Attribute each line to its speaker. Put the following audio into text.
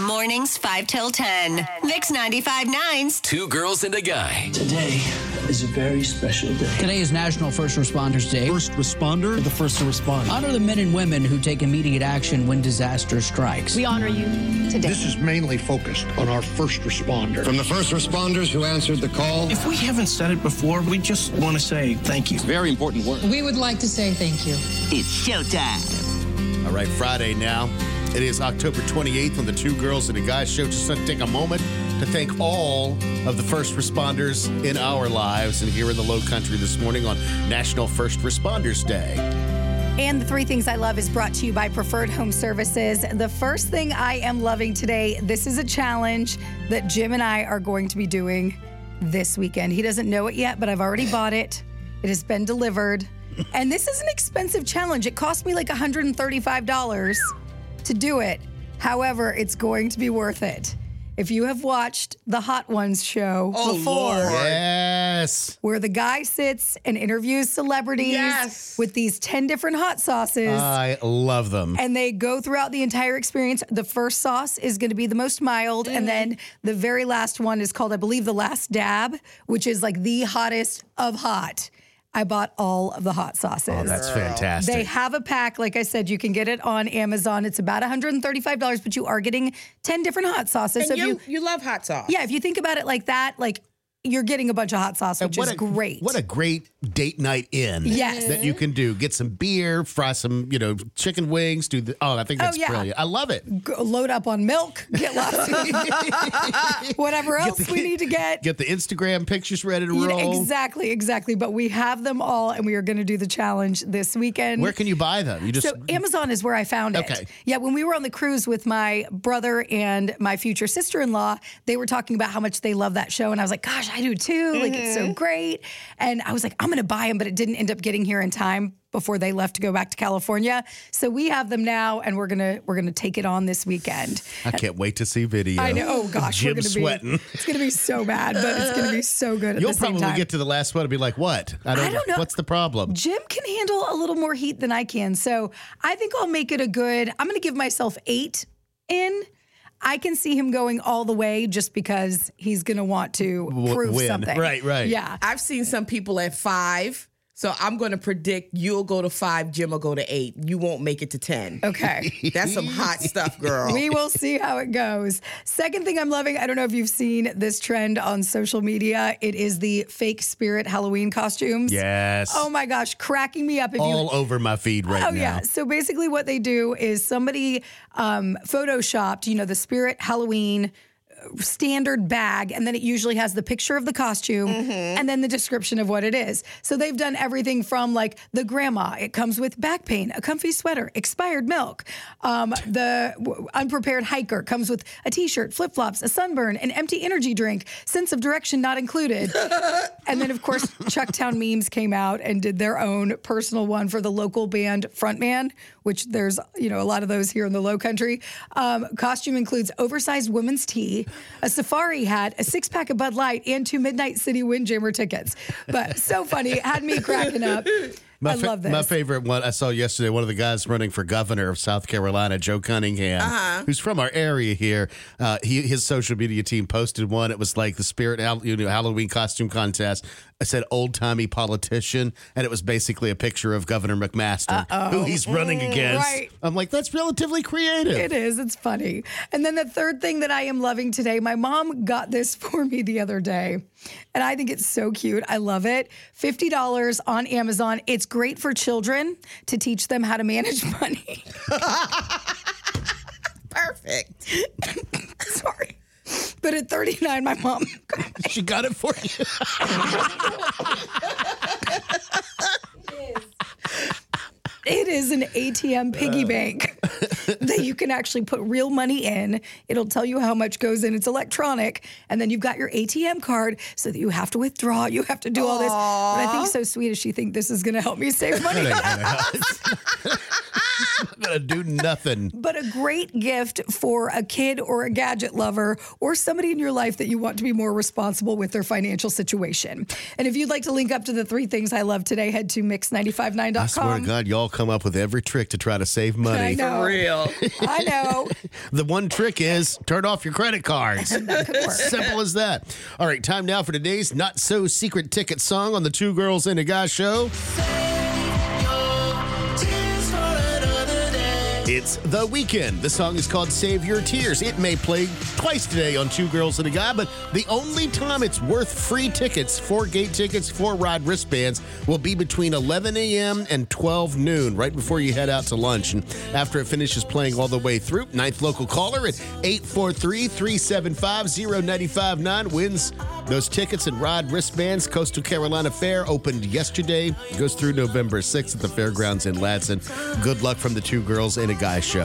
Speaker 1: Mornings 5 till 10. Mix 95.9's
Speaker 2: Two girls and a guy.
Speaker 3: Today is a very special day.
Speaker 4: Today is National First Responders Day.
Speaker 5: First responder, the first to respond.
Speaker 4: Honor the men and women who take immediate action when disaster strikes.
Speaker 6: We honor you today.
Speaker 7: This is mainly focused on our first responder.
Speaker 8: From the first responders who answered the call.
Speaker 9: If we haven't said it before, we just want to say thank you.
Speaker 8: Very important work.
Speaker 10: We would like to say thank you.
Speaker 11: It's showtime.
Speaker 12: All right, Friday now. It is October 28th on the Two Girls and a Guy show. Just want to take a moment to thank all of the first responders in our lives and here in the Low Country this morning on National First Responders Day.
Speaker 6: And the three things I love is brought to you by Preferred Home Services. The first thing I am loving today, this is a challenge that Jim and I are going to be doing this weekend. He doesn't know it yet, but I've already bought it. It has been delivered. And this is an expensive challenge. It cost me like $135 to do it. However, it's going to be worth it. If you have watched the Hot Ones show
Speaker 12: Oh,
Speaker 6: before,
Speaker 12: Yes.
Speaker 6: where the guy sits and interviews celebrities with these 10 different hot sauces.
Speaker 12: I love them.
Speaker 6: and they go throughout the entire experience. The first sauce is going to be the most mild, and
Speaker 12: Mm.
Speaker 6: then the very last one is called, I believe, the last dab, which is like the hottest of hot. I bought all of the hot sauces.
Speaker 12: Oh, that's fantastic.
Speaker 6: They have a pack. Like I said, you can get it on Amazon. It's about $135, but you are getting 10 different hot sauces. so
Speaker 13: And
Speaker 6: if
Speaker 13: you,
Speaker 6: you,
Speaker 13: you love hot sauce.
Speaker 6: yeah, if you think about it like that, like you're getting a bunch of hot sauce,
Speaker 12: And
Speaker 6: which
Speaker 12: what
Speaker 6: is
Speaker 12: a-
Speaker 6: great.
Speaker 12: What a great date night in.
Speaker 6: Yes.
Speaker 12: That you can do. Get some beer, fry some, you know, chicken wings, do the Oh, I think that's
Speaker 6: yeah.
Speaker 12: brilliant. I love it.
Speaker 6: Go- load up on milk, get lobster, whatever else we need to get.
Speaker 12: Get the Instagram pictures ready to
Speaker 6: You know,
Speaker 12: roll.
Speaker 6: exactly, exactly. But we have them all, and we are going to do the challenge this weekend.
Speaker 12: Where can you buy them? You just
Speaker 6: so Amazon is where I found it.
Speaker 12: Okay.
Speaker 6: Yeah, when we were on the cruise with my brother and my future sister-in-law, they were talking about how much they love that show, and I was like, "Gosh, I do too! Like, it's
Speaker 12: Mm-hmm.
Speaker 6: so great." And I was like, "I'm going to buy them," but it didn't end up getting here in time before they left to go back to California. So we have them now, and we're gonna we're gonna take it on this weekend.
Speaker 12: I can't wait to see video.
Speaker 6: I know. Oh gosh, we're
Speaker 12: Jim
Speaker 6: gonna
Speaker 12: sweating.
Speaker 6: be it's gonna be so bad, but it's gonna be so good at
Speaker 12: You'll
Speaker 6: the same
Speaker 12: probably
Speaker 6: time.
Speaker 12: get to the last one and be like, "What?
Speaker 6: I don't know.
Speaker 12: What's the problem?"
Speaker 6: Jim can handle a little more heat than I can. So I think I'll make it a good, I'm going to give myself eight in. I can see him going all the way just because he's going to want to prove
Speaker 12: win.
Speaker 6: something.
Speaker 12: Right, right.
Speaker 6: Yeah.
Speaker 13: I've seen some people at five. So I'm going to predict you'll go to five, Jim will go to eight. You won't make it to 10.
Speaker 6: Okay.
Speaker 13: That's some hot stuff, girl.
Speaker 6: We will see how it goes. Second thing I'm loving, I don't know if you've seen this trend on social media. It is the fake spirit Halloween costumes.
Speaker 12: Yes.
Speaker 6: Oh my gosh, cracking me up. If you
Speaker 12: All over my feed right
Speaker 6: Oh
Speaker 12: now.
Speaker 6: yeah. So basically, what they do is somebody um, photoshopped, you know, the Spirit Halloween uh, standard bag, and then it usually has the picture of the costume and then the description of what it is. So they've done everything from like the grandma. It comes with back pain, a comfy sweater, expired milk. Um, the w- unprepared hiker comes with a T-shirt, flip flops, a sunburn, an empty energy drink, sense of direction not included. And then, of course, Chucktown Memes came out and did their own personal one for the local band frontman, which there's, you know, a lot of those here in the low country. Um, costume includes oversized women's tee, a safari hat, a six pack of Bud Light, and two Midnight City Windjammer tickets. But so funny. It had me cracking up.
Speaker 12: My
Speaker 6: I
Speaker 12: fa-
Speaker 6: love this.
Speaker 12: My favorite one I saw yesterday. One of the guys running for governor of South Carolina, Joe Cunningham,
Speaker 6: Uh-huh.
Speaker 12: who's from our area here. Uh, he his social media team posted one. It was like the spirit Hall- you know, Halloween costume contest. I said old timey politician, and it was basically a picture of Governor McMaster, who he's running against.
Speaker 6: Mm, right.
Speaker 12: I'm like, that's relatively creative.
Speaker 6: It is. It's funny. And then the third thing that I am loving today, my mom got this for me the other day. And I think it's so cute. I love it. $50 on Amazon. It's great for children to teach them how to manage money.
Speaker 13: Perfect.
Speaker 6: Sorry. But at 39, my mom
Speaker 12: She got it for you.
Speaker 6: It is an ATM piggy bank that you can actually put real money in. It'll tell you how much goes in. It's electronic. And then you've got your ATM card so that you have to withdraw. You have to do all this. But I think so sweet is she think this is going to help me save money.
Speaker 12: I'm gonna do nothing.
Speaker 6: but a great gift for a kid or a gadget lover or somebody in your life that you want to be more responsible with their financial situation. And if you'd like to link up to the three things I love today, head to mix959.com.
Speaker 12: I swear to God, y'all come up with every trick to try to save money.
Speaker 6: I know.
Speaker 13: Real.
Speaker 6: I know.
Speaker 12: The one trick is turn off your credit cards.
Speaker 6: Could work.
Speaker 12: Simple as that. All right, time now for today's not so secret ticket song on the Two Girls and a Guy show. It's The Weekend. The song is called Save Your Tears. It may play twice today on Two Girls and a Guy, but the only time it's worth free tickets, four gate tickets, four ride wristbands, will be between 11 a.m. and 12 noon, right before you head out to lunch. And after it finishes playing all the way through, ninth local caller at 843 375 0959 wins those tickets and ride wristbands. Coastal Carolina Fair opened yesterday, goes through November 6th at the fairgrounds in Ladson. Good luck from the two girls and a guy show.